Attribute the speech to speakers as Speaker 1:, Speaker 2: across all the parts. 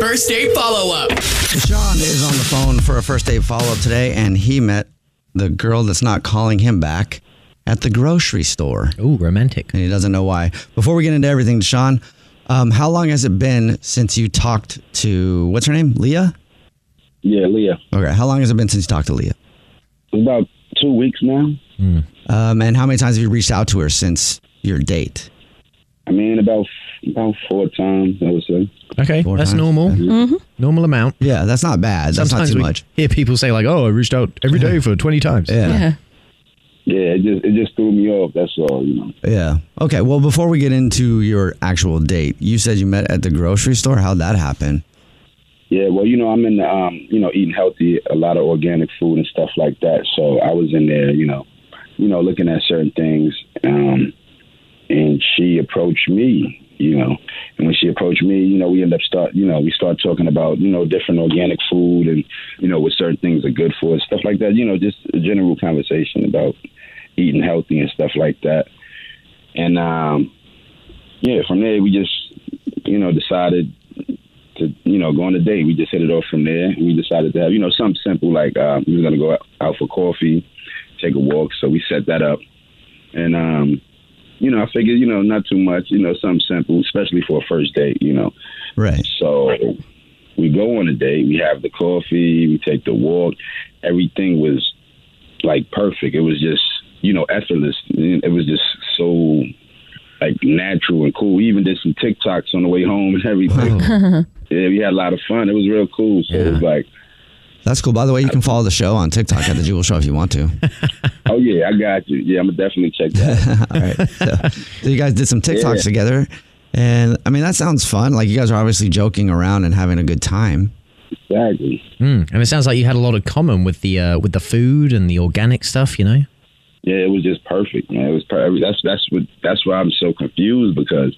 Speaker 1: First date follow up.
Speaker 2: John is on the phone for a first date follow up today, and he met the girl that's not calling him back at the grocery store,
Speaker 3: Ooh, romantic.
Speaker 2: and he doesn't know why. Before we get into everything, Deshaun, um, how long has it been since you talked to what's her name, Leah?
Speaker 4: Yeah, Leah.
Speaker 2: Okay, how long has it been since you talked to Leah?
Speaker 4: About two weeks now.
Speaker 2: Um, and how many times have you reached out to her since your date?
Speaker 4: I mean, about about four times, I would say.
Speaker 3: Okay,
Speaker 2: Four
Speaker 3: that's
Speaker 2: times.
Speaker 3: normal. Normal amount.
Speaker 2: Yeah, that's not bad. That's
Speaker 3: Sometimes
Speaker 2: not too
Speaker 3: we
Speaker 2: much.
Speaker 3: hear people say like, "Oh, I reached out every day for twenty times."
Speaker 2: Yeah.
Speaker 4: Yeah, it just it just threw me off. That's all, you know.
Speaker 2: Yeah. Okay. Well, before we get into your actual date, you said you met at the grocery store. How'd that happen?
Speaker 4: Yeah, well, you know, I'm in the, um, you know, eating healthy, a lot of organic food and stuff like that. So I was in there, you know, you know, looking at certain things, um, and she approached me, you know, and when she approached me, you know, we end up start, you know, we start talking about, you know, different organic food and, you know, what certain things are good for and stuff like that. You know, just a general conversation about eating healthy and stuff like that. And um, yeah, from there we just, you know, decided to you know go on a date. We just hit it off from there. We decided to have you know something simple like um, we were gonna go out, out for coffee, take a walk. So we set that up, and um, you know I figured you know not too much, you know something simple, especially for a first date, you know.
Speaker 2: Right.
Speaker 4: So we go on a date. We have the coffee. We take the walk. Everything was like perfect. It was just you know effortless. It was just so like natural and cool. We even did some TikToks on the way home and everything. yeah, we had a lot of fun. It was real cool. So it was like,
Speaker 2: That's cool. By the way, you can follow the show on TikTok at the Jewel Show if you want to.
Speaker 4: oh yeah, I got you. Yeah, I'm gonna definitely check that. out.
Speaker 2: All right. So, so you guys did some TikToks
Speaker 4: Yeah.
Speaker 2: together, and I mean that sounds fun. Like you guys are obviously joking around and having a good time.
Speaker 4: exactly.
Speaker 3: Mm. And it sounds like you had a lot of common with the uh, with the food and the organic stuff. You know.
Speaker 4: Yeah, it was just perfect, man. It was perfect. That's that's what that's why I'm so confused because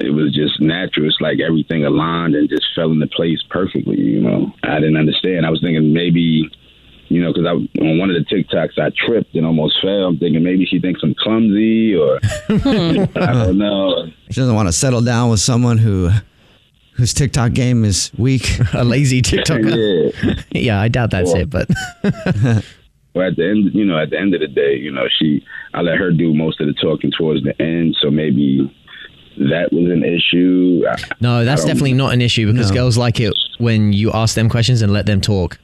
Speaker 4: it was just natural. It's like everything aligned and just fell into place perfectly. You know, I didn't understand. I was thinking maybe, you know, because I on one of the TikToks I tripped and almost fell. I'm thinking maybe she thinks I'm clumsy or I don't know.
Speaker 2: She doesn't want to settle down with someone who whose TikTok game is weak.
Speaker 3: A lazy TikToker.
Speaker 4: Yeah.
Speaker 3: yeah, I doubt that's it, but
Speaker 4: But at the end, you know, at the end of the day, you know, she, I let her do most of the talking towards the end. So maybe that was an issue. I,
Speaker 3: no, that's
Speaker 4: I don't-
Speaker 3: definitely not an issue because girls like it when you ask them questions and let them talk.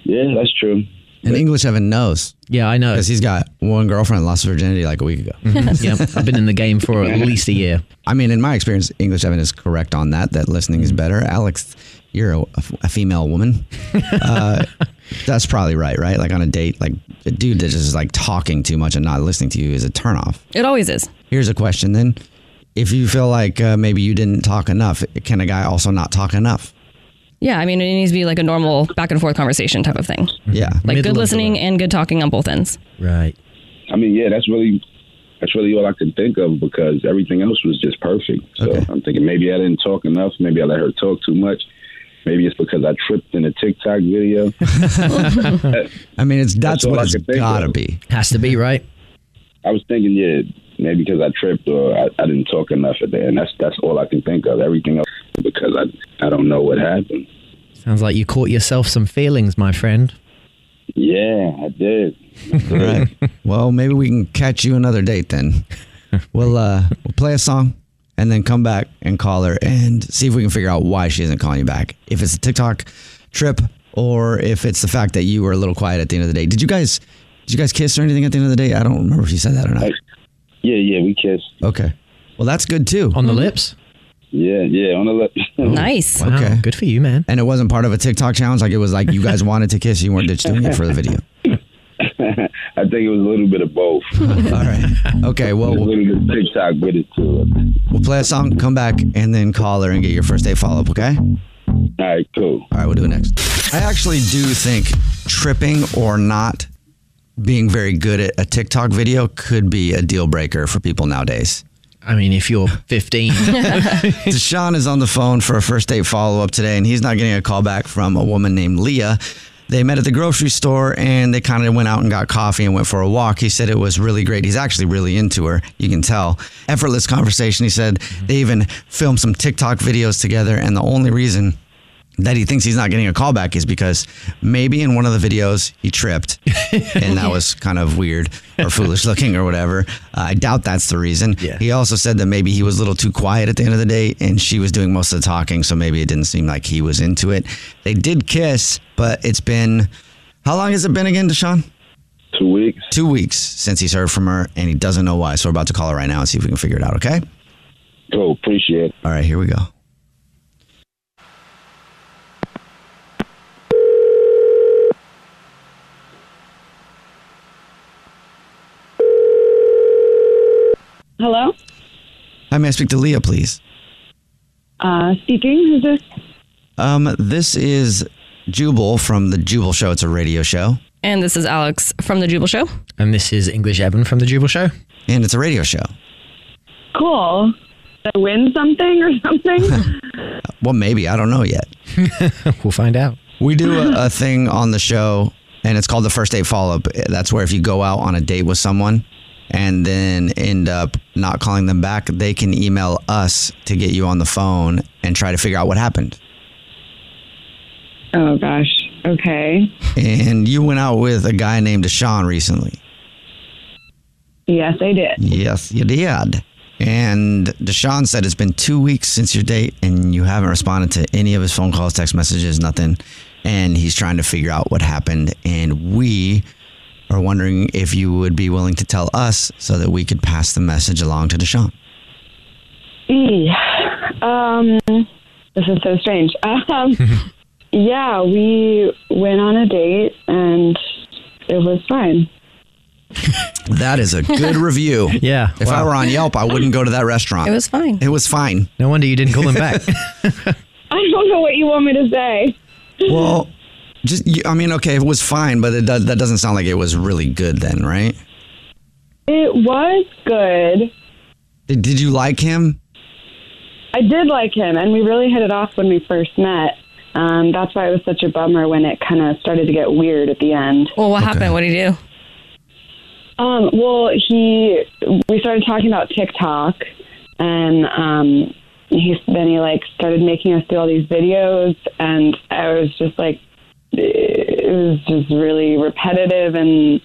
Speaker 4: yeah, that's true.
Speaker 2: And English Evan knows
Speaker 3: Yeah, I know.
Speaker 2: because he's got one girlfriend lost her virginity like a week ago.
Speaker 3: yeah, I've been in the game for at least a year.
Speaker 2: I mean, in my experience, English Evan is correct on that. That listening is better. Alex, you're a, a female woman. Uh, that's probably right, right? Like on a date, like a dude that just is like talking too much and not listening to you is a turnoff.
Speaker 5: It always is.
Speaker 2: Here's a question then: If you feel like uh, maybe you didn't talk enough, can a guy also not talk enough?
Speaker 5: Yeah, I mean, it needs to be like a normal back and forth conversation type of thing.
Speaker 2: Yeah,
Speaker 5: Like
Speaker 3: Middle of
Speaker 5: good
Speaker 3: the
Speaker 5: listening
Speaker 3: road.
Speaker 5: and good talking on both ends.
Speaker 3: Right.
Speaker 4: I mean, yeah, that's really that's really all I could think of because everything else was just perfect. So
Speaker 2: Okay.
Speaker 4: I'm thinking maybe I didn't talk enough. Maybe I let her talk too much. Maybe it's because I tripped in a TikTok video.
Speaker 2: I mean, it's that's,
Speaker 4: That's all
Speaker 2: what
Speaker 4: I
Speaker 2: it's
Speaker 4: could think
Speaker 2: gotta
Speaker 4: of.
Speaker 2: be.
Speaker 3: Has to be, right?
Speaker 4: I was thinking, yeah, maybe because I tripped or I, I didn't talk enough at the end. That's that's all I can think of. Everything else because I I don't know what happened.
Speaker 3: Sounds like you caught yourself some feelings, my friend.
Speaker 4: Yeah, I did.
Speaker 2: All right. well, maybe we can catch you another date then. We'll uh we'll play a song and then come back and call her and see if we can figure out why she isn't calling you back. If it's a TikTok trip or if it's the fact that you were a little quiet at the end of the day. Did you guys did you guys kiss or anything at the end of the day? I don't remember if you said that or not.
Speaker 4: Like, yeah, yeah, we kissed.
Speaker 2: Okay. Well, that's good too.
Speaker 3: On the lips?
Speaker 4: Yeah, yeah, on the left.
Speaker 5: Nice.
Speaker 3: Wow.
Speaker 2: Okay.
Speaker 3: Good for you, man.
Speaker 2: And it wasn't part of a TikTok challenge. Like it was like you guys wanted to kiss, you weren't just doing it for the video.
Speaker 4: I think it was a little bit of both.
Speaker 2: All right. Okay.
Speaker 4: a
Speaker 2: Well, we'll
Speaker 4: little bit of TikTok with it too.
Speaker 2: We'll play a song, come back, and then call her and get your first date follow up, okay? All
Speaker 4: All right, cool.
Speaker 2: right, we'll do it next. I actually do think tripping or not being very good at a TikTok video could be a deal breaker for people nowadays.
Speaker 3: I mean, if you're 15,
Speaker 2: Deshaun is on the phone for a first date follow up today, and he's not getting a call back from a woman named Leah. They met at the grocery store and they kind of went out and got coffee and went for a walk. He said it was really great. He's actually really into her. You can tell. Effortless conversation. He said they even filmed some TikTok videos together. And the only reason that he thinks he's not getting a call back is because maybe in one of the videos he tripped and that was kind of weird or foolish looking or whatever. Uh, I doubt that's the reason.
Speaker 3: Yeah.
Speaker 2: He also said that maybe he was a little too quiet at the end of the day and she was doing most of the talking, so maybe it didn't seem like he was into it. They did kiss, but it's been how long has it been again, Deshaun?
Speaker 4: Two weeks.
Speaker 2: Two weeks since he's heard from her and he doesn't know why. So we're about to call her right now and see if we can figure it out, okay?
Speaker 4: Cool. Appreciate it.
Speaker 2: All right, here we go.
Speaker 6: Hello?
Speaker 2: Hi, may I speak to Leah, please?
Speaker 6: Uh, speaking. Who's this?
Speaker 2: Um, this is Jubal from the Jubal Show. It's a radio show,
Speaker 5: And this is Alex from the Jubal Show.
Speaker 3: and this is English Evan from The Jubal Show.
Speaker 2: and it's a radio show.
Speaker 6: Cool. Did I win something or something?
Speaker 2: Well, maybe I don't know yet.
Speaker 3: We'll find out.
Speaker 2: We do a, a thing on the show, and it's called the first date follow up. That's where if you go out on a date with someone and then end up not calling them back, they can email us to get you on the phone and try to figure out what happened.
Speaker 6: oh, gosh. Okay.
Speaker 2: And you went out with a guy named Deshaun recently.
Speaker 6: Yes, I did.
Speaker 2: Yes, you did. And Deshaun said it's been two weeks since your date, and you haven't responded to any of his phone calls, text messages, nothing. And he's trying to figure out what happened. And we are wondering if you would be willing to tell us so that we could pass the message along to Deshaun.
Speaker 6: E. Um, this is so strange. Um, yeah, we went on a date and it was fine.
Speaker 2: That is a good review.
Speaker 3: Yeah,
Speaker 2: If I
Speaker 3: wow.
Speaker 2: were on Yelp, I wouldn't go to that restaurant.
Speaker 5: It was fine.
Speaker 2: It was fine.
Speaker 3: No wonder you didn't call them back.
Speaker 6: I don't know what you want me to say.
Speaker 2: Well, just you- I mean, okay, it was fine, but it does, that doesn't sound like it was really good then, right?
Speaker 6: It was good.
Speaker 2: Did, did you like him?
Speaker 6: I did like him, and we really hit it off when we first met. Um, that's why it was such a bummer when it kind of started to get weird at the end.
Speaker 5: Well, what happened? What did he do?
Speaker 6: Um, well, he we started talking about TikTok, and um, he then he like started making us do all these videos, and I was just like, it was just really repetitive, and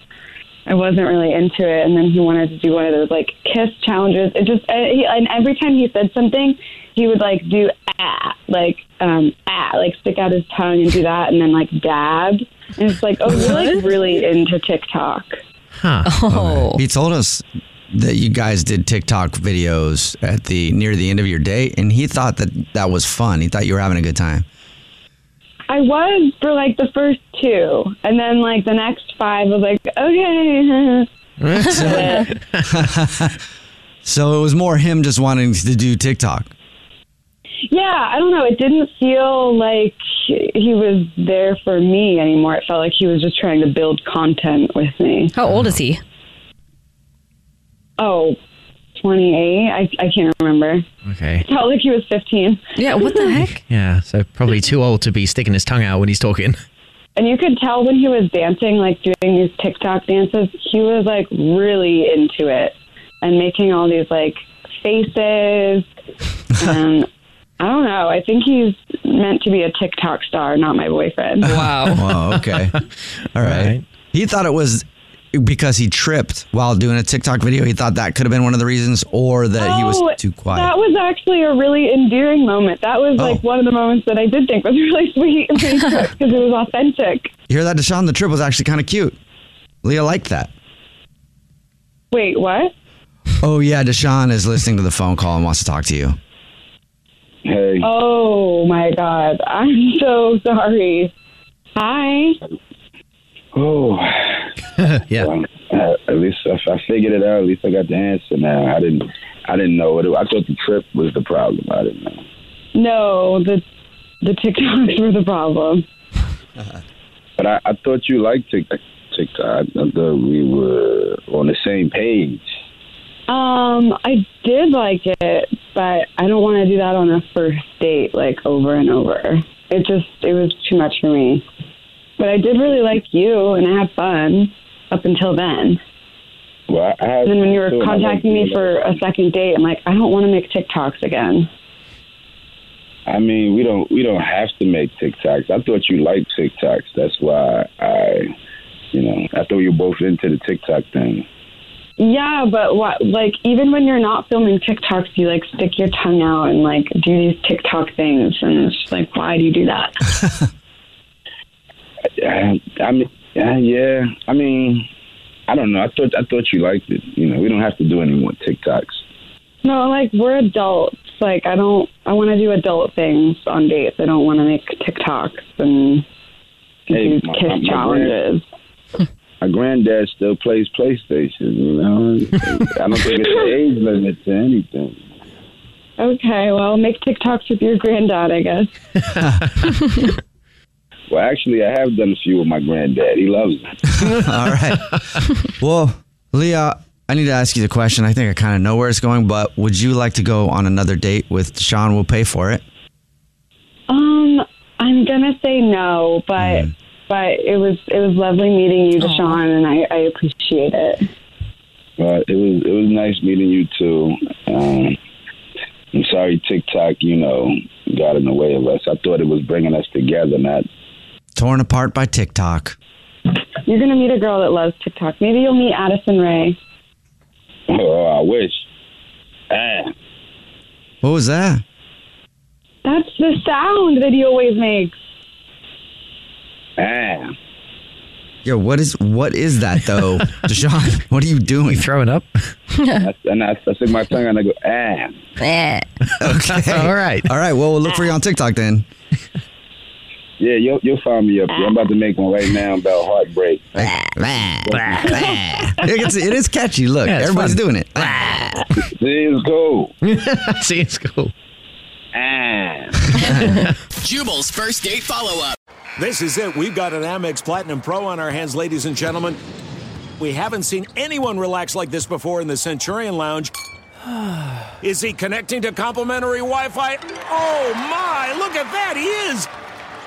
Speaker 6: I wasn't really into it. And then he wanted to do one of those like kiss challenges. It just uh, he, and every time he said something, he would like do ah like um ah like stick out his tongue and do that, and then like dab. And it's like, oh, you're like really into TikTok.
Speaker 3: huh.
Speaker 5: Oh,
Speaker 2: He told us that you guys did TikTok videos at the near the end of your date, and he thought that that was fun. He thought you were having a good time.
Speaker 6: I was for like the first two, and then like the next five was like, okay,
Speaker 2: So it was more him just wanting to do TikTok.
Speaker 6: yeah. I don't know. It didn't feel like he was there for me anymore. It felt like he was just trying to build content with me.
Speaker 5: how old is he?
Speaker 6: Oh, 28. I, I can't remember.
Speaker 3: Okay.
Speaker 6: Felt like he was 15.
Speaker 5: Yeah, what the heck?
Speaker 3: Yeah, so probably too old to be sticking his tongue out when he's talking.
Speaker 6: And you could tell when he was dancing, like doing his TikTok dances, he was like really into it and making all these like faces. and I don't know. I think he's meant to be a TikTok star, not my boyfriend.
Speaker 5: Wow.
Speaker 2: Whoa, okay. All right.
Speaker 3: Right.
Speaker 2: He thought it was because he tripped while doing a TikTok video. He thought that could have been one of the reasons or that he
Speaker 6: Oh,
Speaker 2: was too quiet.
Speaker 6: That was actually a really endearing moment. That was
Speaker 2: Oh.
Speaker 6: like one of the moments that I did think was really sweet because it was authentic.
Speaker 2: you hear that, Deshaun? The trip was actually kind of cute. Leah liked that.
Speaker 6: Wait, what?
Speaker 2: Oh, yeah. Deshaun is listening to the phone call and wants to talk to you.
Speaker 4: Hey,
Speaker 6: Oh my God. I'm so sorry. Hi.
Speaker 4: oh,
Speaker 3: yeah.
Speaker 4: well, uh, at least I, I figured it out. At least I got the answer now. I didn't, I didn't know what it. I thought the trip was the problem. I didn't know.
Speaker 6: No, the the TikToks were the problem.
Speaker 4: But I, I thought you liked TikTok. TikTok. I thought we were on the same page.
Speaker 6: Um, I did like it, but I don't want to do that on a first date, like over and over. It just it was too much for me. But I did really like you, and I had fun up until then.
Speaker 4: Well, I, I
Speaker 6: And then when you were contacting me for a second date, I'm like, I don't want to make TikToks again.
Speaker 4: I mean, we don't we don't have to make TikToks. I thought you liked TikToks. That's why I, you know, I thought you were both into the TikTok thing.
Speaker 6: Yeah, but what like even when you're not filming TikToks, you like stick your tongue out and like do these TikTok things, and it's just like, why do you do that?
Speaker 4: I, I mean, yeah, yeah. I mean, I don't know. I thought I thought you liked it. You know, we don't have to do any more TikToks.
Speaker 6: No, like we're adults. Like I don't. I want to do adult things on dates. I don't want to make TikToks and
Speaker 4: Hey,
Speaker 6: do
Speaker 4: my-
Speaker 6: kiss
Speaker 4: my- my
Speaker 6: challenges.
Speaker 4: My granddad still plays PlayStation. You know, I don't think it's an age limit to anything.
Speaker 6: Okay, well, make TikToks with your granddad, I guess.
Speaker 4: Well, actually, I have done a few with my granddad. He loves it.
Speaker 2: All right. Well, Leah, I need to ask you the question. I think I kind of know where it's going, but would you like to go on another date with Deshaun? We'll pay for it.
Speaker 6: Um, I'm gonna say no, but
Speaker 4: Mm.
Speaker 6: but it was it was lovely meeting you, Deshaun, and I, I appreciate it.
Speaker 4: Well, it was it was nice meeting you too. Um, I'm sorry TikTok, you know, got in the way of us. I thought it was bringing us together, not.
Speaker 2: Torn apart by TikTok.
Speaker 6: You're gonna meet a girl that loves TikTok. Maybe you'll meet Addison Ray.
Speaker 4: Oh, I wish. Ah,
Speaker 2: What was that?
Speaker 6: That's the sound that he always makes.
Speaker 4: ah.
Speaker 2: Yo, what is what is that though, Deshaun? What are you doing?
Speaker 3: You throwing up?
Speaker 4: I, and I, I stick my tongue out and I go ah.
Speaker 5: Eh.
Speaker 2: Okay.
Speaker 3: All right.
Speaker 2: All right. Well, we'll look for you on TikTok then.
Speaker 4: Yeah, you'll you'll find me up. here. I'm about to make one right now about heartbreak.
Speaker 2: It's, it is catchy. Look,
Speaker 3: Yeah, it's
Speaker 2: everybody's
Speaker 3: fun.
Speaker 2: doing it.
Speaker 4: Let's go.
Speaker 3: See, it's cool.
Speaker 4: Ah.
Speaker 1: Jubal's first date follow up.
Speaker 7: This is it. We've got an Amex Platinum Pro on our hands, ladies and gentlemen. We haven't seen anyone relax like this before in the Centurion Lounge. Is he connecting to complimentary Wi Fi? Oh my, look at that! He is!